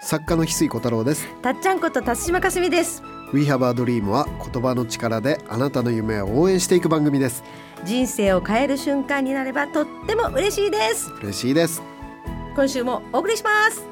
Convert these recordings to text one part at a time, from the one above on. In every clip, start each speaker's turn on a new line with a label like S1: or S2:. S1: 作家の翡翠小太郎です
S2: たっちゃんこと辰島かすみです
S1: We Have a Dream は言葉の力であなたの夢を応援していく番組です
S2: 人生を変える瞬間になればとっても嬉しいです
S1: 嬉しいです
S2: 今週もお送りします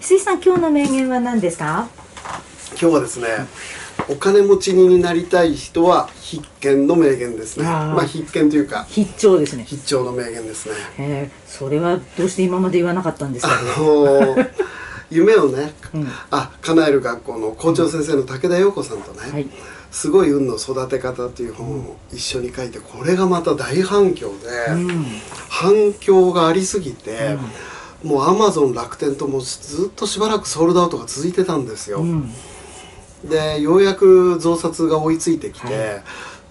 S2: 水さん今日の名言は何ですか
S1: 今日はですねお金持ちになりたい人は必見の名言ですね
S2: あー
S1: まあ必見というか
S2: 必聴ですね
S1: 必聴の名言ですね
S2: えー、それはどうして今まで言わなかったんですか
S1: あのー夢をね、
S2: うん
S1: あ叶える学校の校長先生の武田陽子さんとね、
S2: はい
S1: すごい運の育て方という本を一緒に書いてこれがまた大反響で、
S2: うん
S1: 反響がありすぎて、もうアマゾン楽天ともずっとしばらくソールドアウトが続いてたんですよ、
S2: うん
S1: でようやく増刷が追いついてきて、
S2: は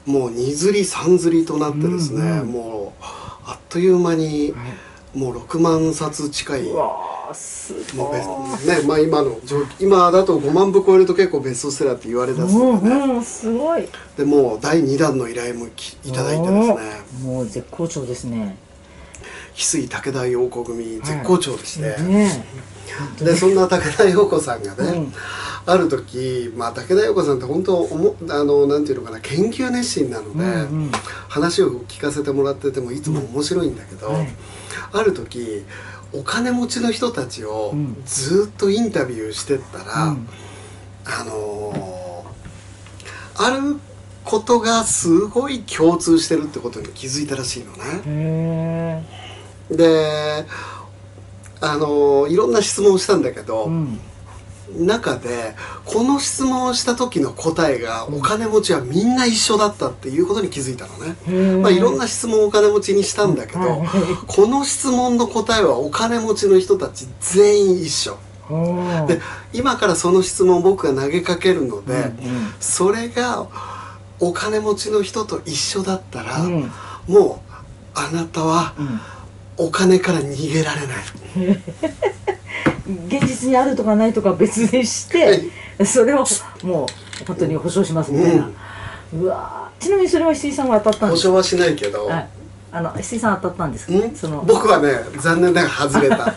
S1: もう2釣り3釣りとなってですね、
S2: うんうん
S1: もうあっという間に
S2: は
S1: もう6万冊近い
S2: い、うわあす
S1: もう
S2: ごい
S1: ベスねまあ、今の状況今だと5万部超えると結構ベストセラーって言われだすので、ね
S2: うんうんすごい
S1: でもう第2弾の依頼もきいただいてですね
S2: もう絶好調ですね
S1: 翡翠武田陽子組絶好調でして、
S2: ねえ
S1: でそんな武田陽子さんがね、
S2: うん
S1: ある時、まあ、武田陽子さんって本当おもあのなんていうのかな研究熱心なので、
S2: うんうん
S1: 話を聞かせてもらっててもいつも面白いんだけど、
S2: うんはい
S1: ある時お金持ちの人たちを
S2: うん
S1: ずっとインタビューしてったら、
S2: うん
S1: あのーあることがすごい共通してるってことに気づいたらしいのね。
S2: へ
S1: であのーいろんな質問をしたんだけ
S2: え
S1: ど、
S2: うん
S1: 中でこの質問をした時の答えがお金持ちはみんな一緒だったっていうことに気づいたのね。まあ、いろんな質問をお金持ちにしたんだけど、
S2: はい
S1: この質問の答えはお金持ちの人たち全員一緒。
S2: おー
S1: で今からその質問を僕が投げかけるので、
S2: う
S1: それがお金持ちの人と一緒だったら、
S2: んうんうん
S1: もうあなたはお金から逃げられない。
S2: うん現実にあるとかないとか別にしてそれをもう本当に保証しますみたいなうわーちなみにそれは石井さんは当たったん
S1: 保
S2: です
S1: 証はしないけど、
S2: はいあの石井さん当たったんですか
S1: ん
S2: その
S1: 僕はね残念ながら外れ た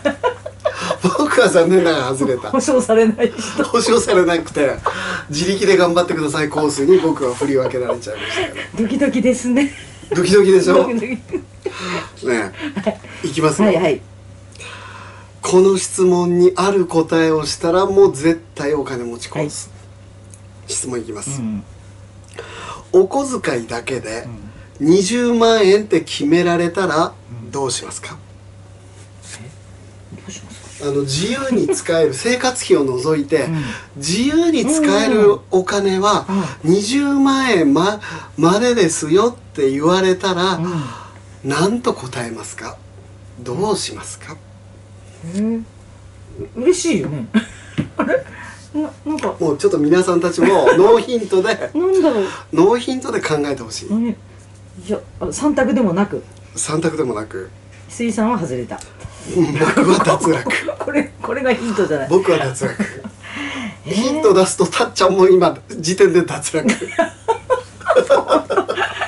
S1: 僕は残念ながら外れた
S2: 保証されない 人
S1: 保証されなくて自力で頑張ってくださいコースに僕は振り分けられちゃいましたけ
S2: ドキドキですね
S1: どドキドキでしょ
S2: ドキ
S1: ね
S2: ドキ
S1: えいきますよ、
S2: はいはい
S1: この質問にある答えをしたらもう絶対お金持ちコース、質問いきます、
S2: ん
S1: お小遣いだけで20万円って決められたらどうしますか、
S2: どうしますか
S1: あの自由に使える 生活費を除いて、
S2: ん
S1: 自由に使えるお金は20万円ままでですよって言われたら、なんと答えますかどうしますか、
S2: うん嬉しいよね あれななんか
S1: もうちょっと皆さん たちもノーヒントで
S2: なんだろう
S1: ノーヒントで考えてほしい、
S2: 何いやあ三択でもなく
S1: 三択でもなく
S2: 水産は外れた
S1: うん僕は脱落
S2: これこれがヒントじゃない
S1: 僕は脱落ヒント出すとたっちゃんも今時点で脱 落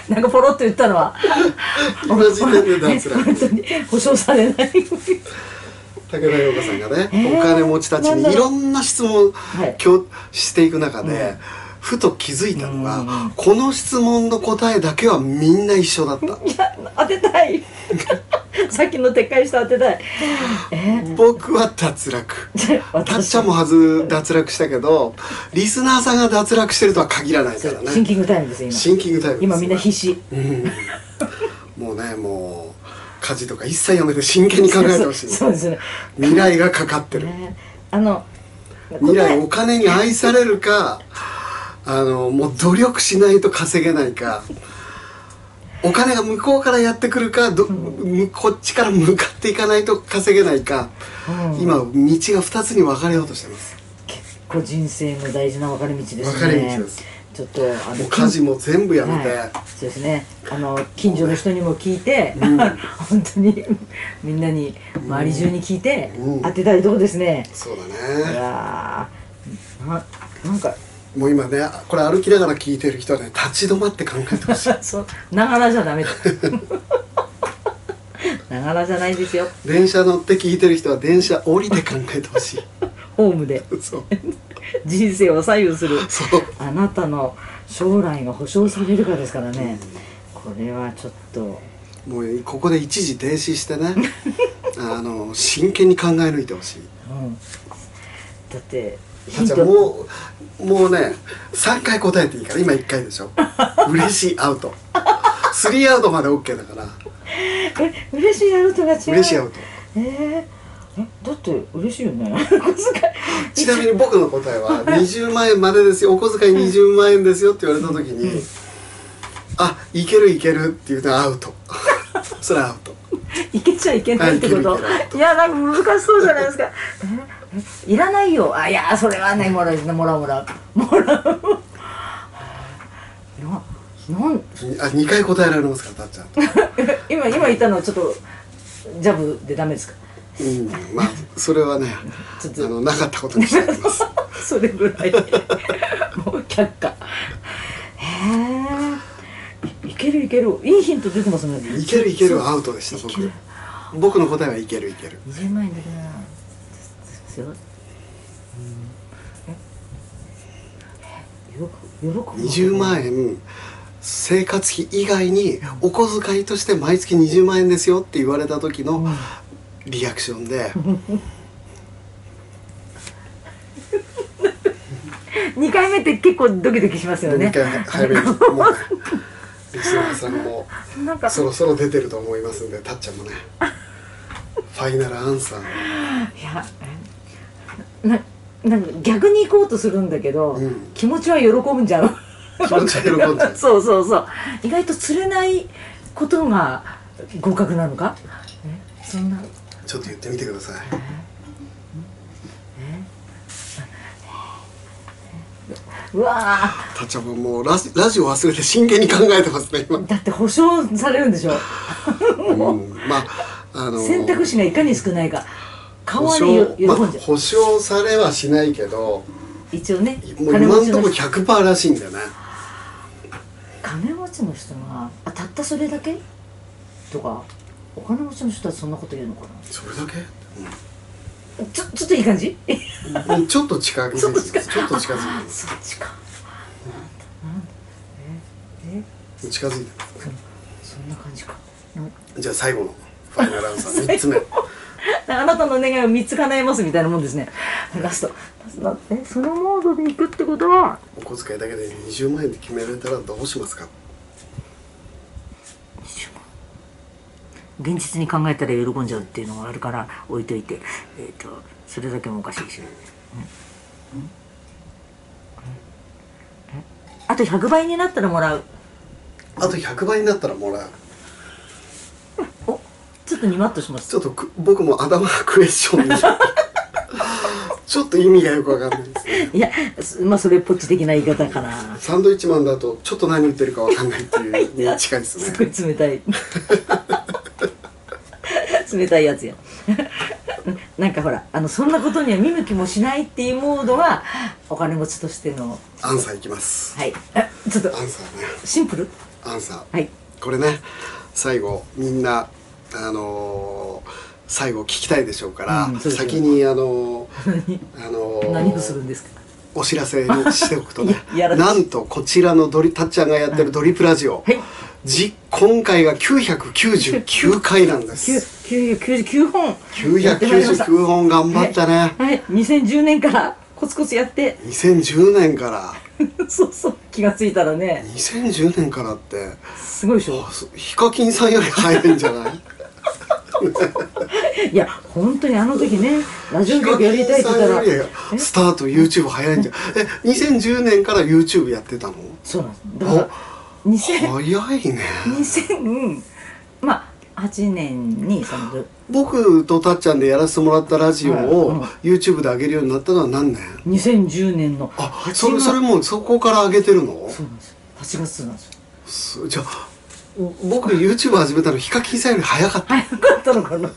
S2: なんかポロッと言ったのは
S1: 今時点で脱落
S2: 本当に保証されない
S1: 武田洋子さんがね、
S2: ー
S1: お金持ちたち
S2: なんだ
S1: にい
S2: ろう
S1: ろんな質問を
S2: い
S1: きょしていく中で、ふと気づいたのがこの質問の答えだけはみんな一緒だった
S2: いや当てたいさっきの撤回した当てたいえ
S1: 僕は脱落
S2: じゃあ
S1: たっ
S2: 私
S1: ちゃんもはず脱落したけどリスナーさんが脱落してるとは限らないから
S2: シン
S1: ね
S2: キングタイムです
S1: シ
S2: よ
S1: ンキングタイムです
S2: 今今みんな必死
S1: もうねもう家事とか一切やめて真剣に考えてほしい
S2: そうそうですね
S1: 未来がかかってる
S2: ねあの
S1: 未来
S2: 答
S1: お金に愛されるかあのもう努力しないと稼げないかお金が向こうからやってくるかど、むこっちから向かっていかないと稼げないか、
S2: うん
S1: 今道が2つに分かれようとしてます
S2: 結構人生の大事な分かれ道ですね
S1: 分かれ道です
S2: ちょっとあ
S1: もう家事も全部やめて、
S2: はい、そうですねあの近所の人にも聞いて、 本当にみんなに周り中に聞いて、
S1: うん
S2: 当てたいとこですね、
S1: そうだ
S2: い
S1: ね
S2: やーななんか
S1: もう今ねこれ歩きながら聞いてる人はね立ち止まって考えてほしい
S2: そうながらじゃダメだ ながらじゃないですよ
S1: 電車乗って聞いてる人は電車降りて考えてほしい
S2: ホームで
S1: そう
S2: 人生を左右する
S1: そう
S2: あなたの将来が保証されるかですからね、これはちょっと
S1: もうここで一時停止してね あの真剣に考え抜いてほしい
S2: うんだって
S1: たっちゃんもうもうね3回答えていいから今1回でしょ嬉しいアウト3アウトまで OK だから
S2: え嬉しいアウトが違う
S1: 嬉しいアウト
S2: えーえだって嬉しいよね 小遣い
S1: ちなみに僕の答えは20万円までですよお小遣い20万円ですよって言われた時にあいけるいけるって言うとアウト それはアウト
S2: いけちゃいけないってこ
S1: あ
S2: と
S1: いけるいけない
S2: いやなんか難しそうじゃないですかええいらないよあいやそれはねもらうもらうもらうもらうななん
S1: あ2回答えられますからたっちゃんと
S2: 今今言ったのはちょっとジャブでダメですか
S1: うんまあそれはね
S2: ちょっ
S1: あ
S2: と
S1: のなかったことにしてあります
S2: それぐらいでもう却下へえいいけるいけるいいヒント出てますね
S1: いけるいける
S2: そう
S1: アウトでした
S2: いけ
S1: 僕
S2: る
S1: 僕の答えはいけるいける
S2: 20万円だけどなですよ、ええよく喜ぶ
S1: 20万円生活費以外にお小遣いとして毎月20万円ですよって言われた時のリアクションで
S2: 2回目って結構ドキドキしますよ
S1: 2
S2: ね
S1: 回早めにもうねリスナーさん も
S2: なんか
S1: そろそろ出てると思いますんでたっちゃんもねファイナルアンサ ー
S2: いやえななんか逆に行こうとするんだけど、
S1: うん
S2: 気持ちは喜んじゃう
S1: 気持ちは喜んじゃう
S2: そうそうそう意外と釣れないことが合格なのかえそんな
S1: ちょっと言ってみてください
S2: うわー
S1: たっちゃんももうラジラジオ忘れて真剣に考えてます ね今、
S2: だって保証されるんでしょ
S1: うん、まああの
S2: 選択肢がいかに少ないか顔
S1: 保
S2: はね
S1: 証
S2: よ喜
S1: まあ
S2: んじゃう、
S1: 保証されはしないけど
S2: 一応ね
S1: もう今んとこ
S2: の人
S1: 100%らしいんだよね
S2: 金持ちの人があたったそれだけとかお金持ちの人はそんなこと言うのかな
S1: それだけ
S2: ちょちょっといい感じ
S1: うんちょっと近づいてますちょっと近づいてます
S2: そっちかなんだなんだええ
S1: 近づいてます
S2: そんな感じかな
S1: じゃあ最後のファイナルアンサー3つ目
S2: あなたの願いを3つ叶えますみたいなもんですねラストラストえそのモードでいくってことは
S1: お小遣いだけで20万円で決められたらどうしますか
S2: 現実に考えたら喜んじゃうっていうのがあるから置いといて、えー、とそれだけもおかしいし、うんうんうんあと100倍になったらもらう
S1: あと100倍になったらもらう
S2: おちょっとニマッとします
S1: ちょっとく僕も頭がクエスチョンに ちょっと意味がよくわかんないですね
S2: いやすまあそれっぽっち的な言い方かな
S1: サンドイッチマンだとちょっと何言ってるかわかんないっていうに近いです
S2: す
S1: ね
S2: ごい冷たい冷たいやつよなんかほらあのそんなことには見向きもしないっていうモードはお金持ちとしての
S1: アンサーいきます
S2: はいあちょっと
S1: アンサーね
S2: シンプル
S1: アンサー
S2: はい
S1: これね最後みんなあのー最後聞きたいでしょうから、
S2: うんそうですよ
S1: 先にあのーあのー
S2: 何をするんですか
S1: お知らせにしておくとね
S2: や らな
S1: な
S2: い
S1: んとこちらのドリたっちゃんがやってるドリプラジオ、
S2: はい
S1: じ今回が999回なんで
S2: 九
S1: す
S2: 九九 九本やってまいりました
S1: 999本頑張ったね、
S2: はい2010年からコツコツやって
S1: 2010年から
S2: そうそう気がついたらね
S1: 2010年からって
S2: すごいでしょ
S1: あそヒカキンさんより早いんじゃない
S2: いや本当にあの時ねラジオ
S1: ヒカ
S2: 局やりたい
S1: キ
S2: っ
S1: ンさ
S2: て言ったら
S1: んよりスタート YouTube 早いん じゃないえ2010年から YouTube やってたの
S2: そうなんですだから2000
S1: 早いね
S2: 2000まあ8年にその
S1: 僕とたっちゃんでやらせてもらったラジオ
S2: うん
S1: を YouTube で上げるようになったのは何年
S2: 2010年の
S1: あ
S2: 8月
S1: それそれもうそこから上げてるの
S2: そうなんですよ8月なんですよ
S1: すじゃあ僕 YouTube 始めたのヒカキンさんより早かった
S2: 早かったのかな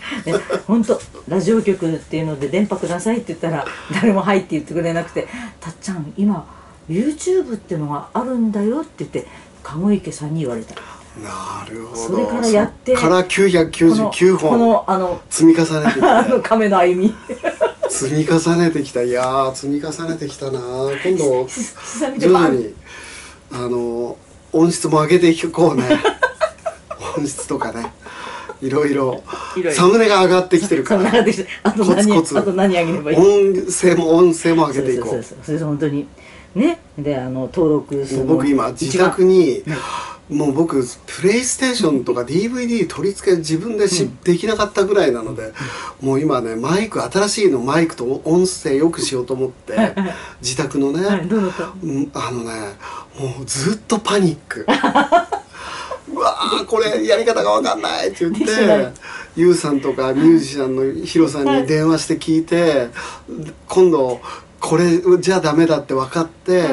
S2: 本当ラジオ局っていうので電波くださいって言ったら誰も「はい」って言ってくれなくて「たっちゃん今 YouTube ってのがあるんだよって言って籠池さんに言われたこ
S1: なるほど
S2: それからやって
S1: そっから
S2: の
S1: 999
S2: こ
S1: 本
S2: のあの
S1: 積み重ねてき
S2: あの
S1: た
S2: 亀の歩み
S1: 積み重ねてきたいやー積み重ねてきたな今 度
S2: 久々 に
S1: 徐
S2: バ
S1: 々
S2: ーン
S1: にあの音質も上げていこ うね音質とかねいろいろ
S2: いろいろ
S1: サムネが上がってきてるか
S2: そんな
S1: ら
S2: 中でしてあと何
S1: コツコツ
S2: あと何あげればいい
S1: 音声も音声も上げていこ
S2: そう
S1: う
S2: そうそうそうそれで本当にねであの登録す
S1: も
S2: る
S1: う
S2: の
S1: 僕今自
S2: 一番
S1: 宅に
S2: ね
S1: もう僕プレイステーションとか DVD 取り付け自分でし、できなかったぐらいなので、もう今ねマイク新しいのマイクと音声よくしようと思って自宅のね、
S2: はいどうだった
S1: うんあのねもうずっとパニックうわーこれやり方が分かんないって言っ
S2: できない
S1: てゆうさんとかミュージシャンのヒロさんに電話して聞いて今度これじゃダメだって分かって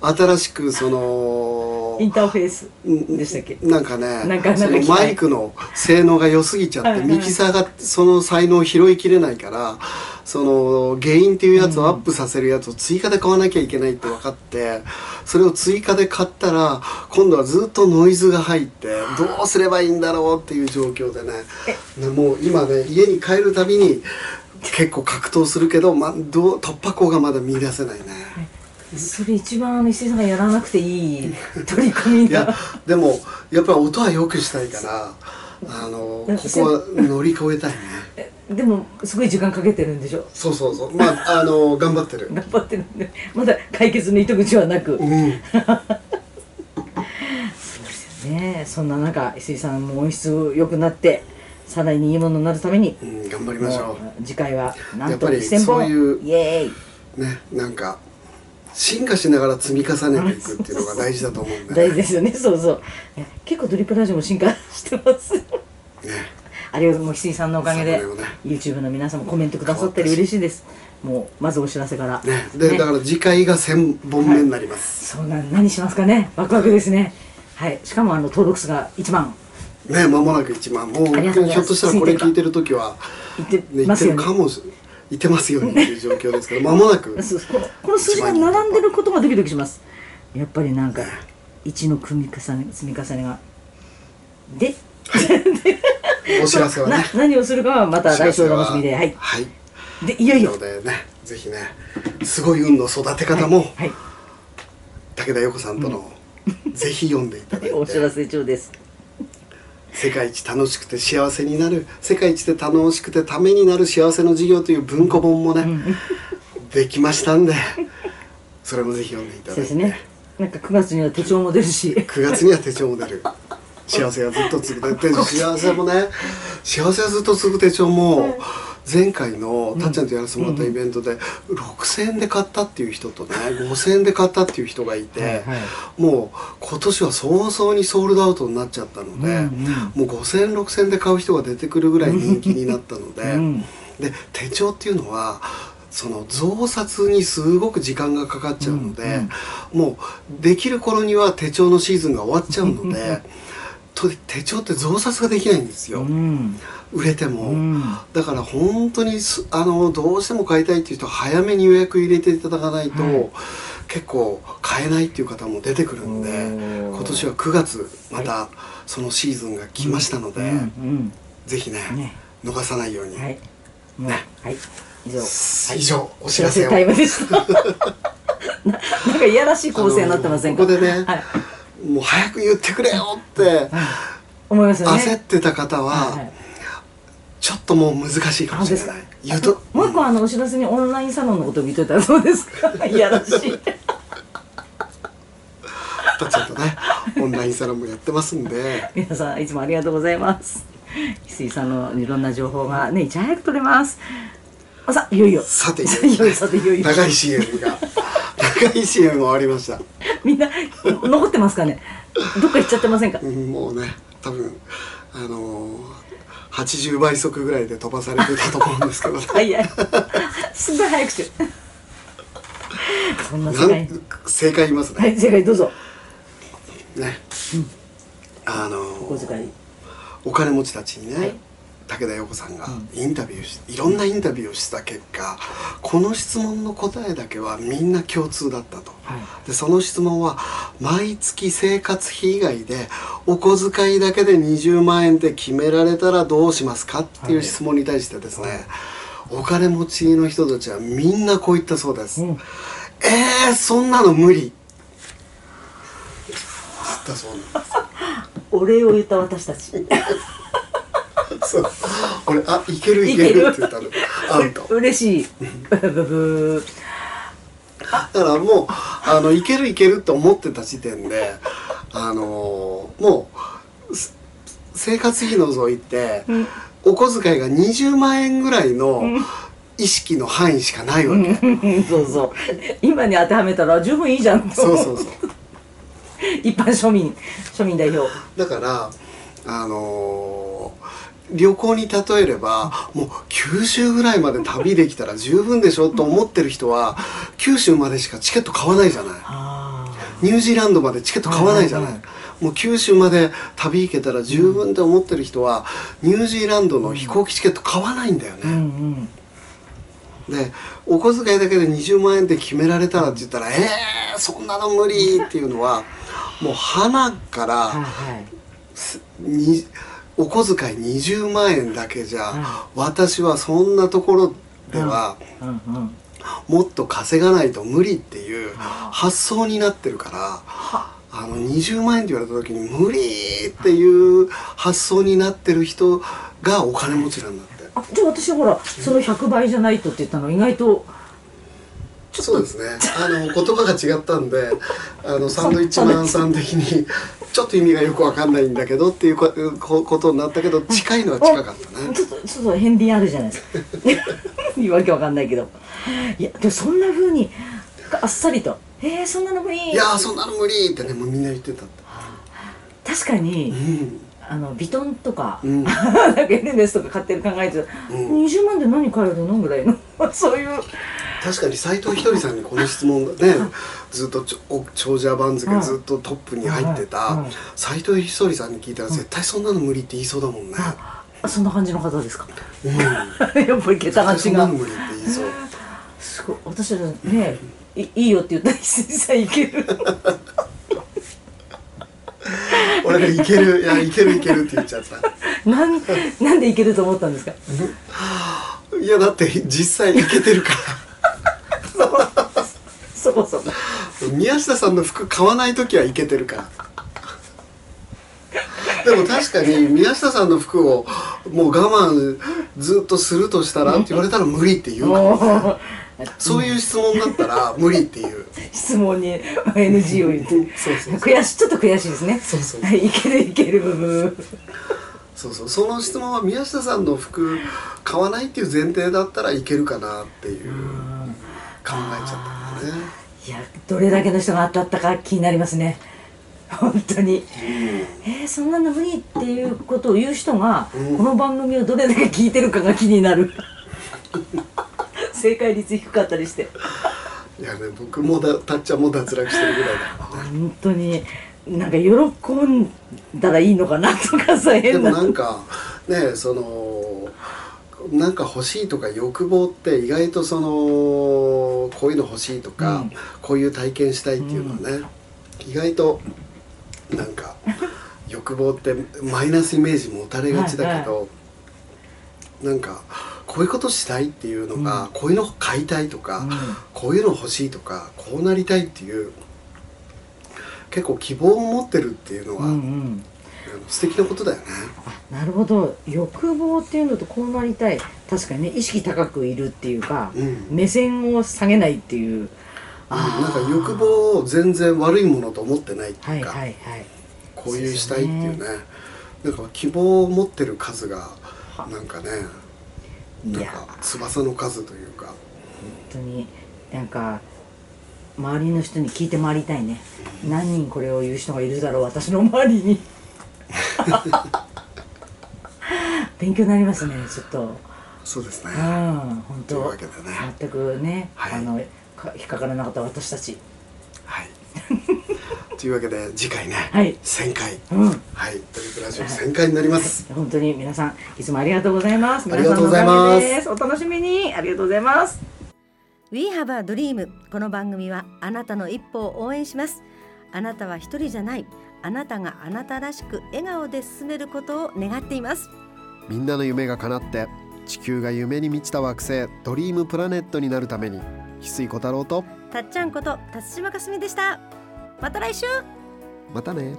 S1: 新しくその
S2: インターフェース
S1: うん
S2: でしたっけ
S1: なんかね
S2: なんか
S1: そ
S2: な
S1: の
S2: んか機械
S1: マイクの性能が良すぎちゃって、
S2: はいはい
S1: ミキサーがその才能を拾いきれないからその原因っていうやつをアップさせるやつを追加で買わなきゃいけないって分かってそれを追加で買ったら今度はずっとノイズが入ってどうすればいいんだろうっていう状況でねねもう今ね家に帰るたびに結構格闘するけど、ま、どう突破口がまだ見出せないね。
S2: それ一番石井さんがやらなくていい取り組み
S1: いや
S2: が
S1: でもやっぱり音は良くしたいからあのここ
S2: なんかそう
S1: は乗り越えたいね
S2: でもすごい時間かけてるんでしょ
S1: そうそうそうまああの頑張ってる
S2: 頑張ってるんでまだ解決の糸口はなく
S1: うん
S2: ねえそんな中石井さんも音質良くなってさらにいいものになるために
S1: うん頑張りましょ
S2: もう次回はなんと
S1: やっぱり
S2: 1000本
S1: そういう
S2: イエーイ
S1: うねなんか進化しながら積み重ねていくっていうのが大事だと思うんで
S2: 大事ですよねそうそうね結構ドリップラジオも進化してます
S1: ね
S2: あれもう石井さんのおかげで
S1: そうだよね
S2: YouTube の皆さんもコメントくださったり嬉しいですもうまずお知らせから
S1: ねでだから次回が1000本目になります、
S2: そうなん何しますかねワクワクですねはいしかもあの登録数が1万
S1: ねまもなく1万もう
S2: ありがとうございます
S1: ひょっとしたらこれ聞いてる時はい
S2: って
S1: ね言
S2: ま
S1: って
S2: すよ
S1: る
S2: ね
S1: かもし言ってますよねっていう状況ですけどまもなく
S2: そうこのこの数字が並んでることがドキドキしますやっぱりなんか1の組み重ね積み重ねがで
S1: お知らせはね
S2: な何をするかはまた来週の楽しみではい
S1: はい
S2: でいよい
S1: な
S2: よ
S1: のでねぜひねすごい運の育て方も、
S2: はい
S1: 武田洋子さんとの、 ぜひ読んでいただい
S2: お知ら
S1: て
S2: せ中です
S1: 世界一楽しくて幸せになる世界一で楽しくてためになる幸せの授業という文庫本もね、できましたんでそれもぜひ読んでいた
S2: そう
S1: だい
S2: です
S1: て、
S2: ねなんか9月には手帳も出るし
S1: 9月には手帳も出る幸せはずっと続く手 帳幸せもね幸せはずっと続く手帳も前回のたっちゃんとやらせてもらったイベントで6,000円で買ったっていう人とね5,000円で買ったっていう人がいて、
S2: はいはい
S1: もう今年は早々にソールドアウトになっちゃったので、
S2: うん
S1: もう5,000円6,000円で買う人が出てくるぐらい人気になったので、
S2: うん
S1: で手帳っていうのはその増刷にすごく時間がかかっちゃうので、もうできる頃には手帳のシーズンが終わっちゃうのでと手帳って増刷ができないんです
S2: う
S1: よ、
S2: ん
S1: 売れても、
S2: うん
S1: だから本当にすあのどうしても買いたいっていう人は早めに予約入れていただかないと、
S2: はい
S1: 結構買えないっていう方も出てくるので
S2: おー
S1: 今年は9月またそのシーズンが来ましたので、
S2: うん
S1: ぜひね
S2: うんね
S1: 逃さないように、
S2: はいもうはい以上
S1: 以上お知ら せを
S2: タイムでした。ななんかいやらしい構成になってませんか。
S1: あのここでね
S2: はい、
S1: もう早く言ってくれよって
S2: 思いますよね。
S1: 焦ってた方
S2: はいはい
S1: はちょっともう難しいかもしれな
S2: あそう
S1: い
S2: です
S1: 言うと
S2: もう一個あのお知らせにオンラインサロンのことを見といたらどうですか。いやらしい。
S1: たちゃんと ねオンラインサロンもやってますんで
S2: 皆さんいつもありがとうございます。翡翠さんのいろんな情報がねいち早く取れます。あさいよいよ。
S1: さて
S2: いよいよさていよいよ。
S1: 長い CM が長い CM も終わりました、
S2: みんな残ってますかね。どっか行っちゃってませんか
S1: う。んもうね多分あのー、80倍速ぐらいで飛ばされてたと思うんです けど、ね、
S2: はいはい。すごい早口。そんな
S1: な
S2: 世界
S1: ん。正解言いますね,、
S2: はい世界どうぞ。
S1: ねあの
S2: お小遣い。
S1: お金持ちたちにね、
S2: はい
S1: 武田陽子さんがインタビューし、いろんなインタビューをした結果この質問の答えだけはみんな共通だったと。
S2: はい
S1: でその質問は毎月生活費以外でお小遣いだけで20万円って決められたらどうしますかっていう質問に対してですね、お金持ちの人たちはみんなこう言ったそうです、
S2: うん
S1: えー、そんなの無理だそうなんです
S2: お礼を言った私たち
S1: そう俺あいけるいけるって言ったのアウト
S2: 嬉しい ブブブー
S1: だからもうあのいけるいけるって思ってた時点であのーもうす生活費のぞいて、お小遣いが20万円ぐらいの意識の範囲しかないわけ、
S2: そうそう今に当てはめたら十分いいじゃんと
S1: そうそうそう
S2: 一般庶民庶民代表
S1: だからあのー旅行に例えればもう九州ぐらいまで旅できたら十分でしょと思ってる人は九州までしかチケット買わないじゃない
S2: あ
S1: ニュージーランドまでチケット買わないじゃない。
S2: はいはい
S1: もう九州まで旅行けたら十分って思ってる人は、ニュージーランドの飛行機チケット買わないんだよ
S2: うんう
S1: ね。
S2: ん
S1: で、お小遣いだけで20万円って決められたらって言ったら、えー、そんなの無理っていうの は、もう花から、
S2: はいはい
S1: にお小遣い20万円だけじゃ、
S2: は
S1: 私はそんなところでは、
S2: うんうん
S1: もっと稼がないと無理っていう発想になってるからあの20万円って言われた時に無理っていう発想になってる人がお金持ちなんだって
S2: あじゃあ私ほらその100倍じゃないとって言ったの意外と
S1: そうですねあの言葉が違ったんであのサンドイッチマンさん的にちょっと意味がよくわかんないんだけどっていうここことになったけど近いのは近かったね
S2: ちょっとちょっと片鱗あるじゃないですか 言い訳わかんないけどいやでもそんな風にあっさりと「えー、そんなのもいい
S1: いやーそんなの無理ってねもうみんな言ってたって
S2: 確かに、
S1: うん
S2: あのヴィトンとか、
S1: うん
S2: なんかエルメスとか買ってる考えて
S1: う
S2: た、
S1: ん
S2: 20万で何買えるのぐらいの そういう
S1: 確かに斎藤ひとりさんにこの質問がねずっとちょお長者番付
S2: はい
S1: ずっとトップに入って
S2: はい
S1: た
S2: はい
S1: 斎藤ひとりさんに聞いたら絶対そんなの無理って言いそうだもんね、
S2: あそんな感じの方ですか
S1: うん、絶
S2: やっぱり桁が
S1: 対そ
S2: 違
S1: んなの
S2: う
S1: 無理って言いそう
S2: すごい私たちねいいいよって言ったら 石井さんいける
S1: 俺が「いけるいやいけるいける」って言っちゃった
S2: なん なんでいけると思ったんですか
S1: いやだって実際いけてるから
S2: そこそこ
S1: 宮下さんの服買わない時はいけてるからでも確かに宮下さんの服をもう我慢ずっとするとしたらって言われたら無理って言うか
S2: も
S1: ら
S2: う
S1: そういう質問だったら無理っていう
S2: 質問に NG を言って
S1: そうそう
S2: 悔しいちょっと悔しいですね
S1: そうそう
S2: はいいけるいける部分
S1: そうそうその質問は宮下さんの服買わないっていう前提だったらいけるかなっていう考えちゃったんだね
S2: いやどれだけの人が当たったか気になりますね本当にえー、そんなの無理っていうことを言う人が、
S1: うん
S2: この番組をどれだけ聞いてるかが気になる正解率低かったりして
S1: いやね僕もだたっちゃんも脱落してるぐらいだから
S2: 本当になんか喜んだらいいのかなとかさ
S1: で
S2: 変
S1: も
S2: な
S1: なんかねそのなんか欲しいとか欲望って意外とそのこういうの欲しいとか、
S2: うん
S1: こういう体験したいっていうのはね、意外となんか欲望ってマイナスイメージ持たれがちだけど、なんかこういうことしたいっていうのが、
S2: うん
S1: こういうの買いたいとか、
S2: うん
S1: こういうの欲しいとかこうなりたいっていう結構希望を持ってるっていうのは、
S2: うんうん
S1: あの素敵なことだよね。
S2: なるほど欲望っていうのとこうなりたい確かにね意識高くいるっていうか、
S1: うん
S2: 目線を下げないっていう
S1: うんなんか
S2: ー
S1: 欲望を全然悪いものと思ってないって
S2: はいいう
S1: か、
S2: はいはい
S1: こういうしたいっていうねな
S2: そう
S1: んか希望を持ってる数がなんかね
S2: い
S1: なん
S2: や
S1: か翼の数というか
S2: 本当になんか周りの人に聞いて回りたいね何人これを言う人がいるだろう私の周り に勉強になりますねちょっと
S1: そうですね
S2: うん本
S1: という
S2: 当
S1: わけでね
S2: 全くね、
S1: はい
S2: あのか引っかからなかった私たち
S1: はい というわけで次回ね、
S2: はい
S1: 1000回、
S2: うん
S1: はい「トリプラジオ」1000回になります、
S2: 本当に皆さんいつもありがとうございます。
S1: ありがとうございます
S2: 皆さんのおかげです。お楽しみにありがとうございます。
S3: We have a dream この番組はあなたの一歩を応援しますあなたは一人じゃないあなたがあなたらしく笑顔で進めることを願っています
S4: みんなの夢が叶って地球が夢に満ちた惑星ドリームプラネットになるために翡翠小太郎と
S3: たっちゃんこと辰島かすみでしたまた来週
S4: またね。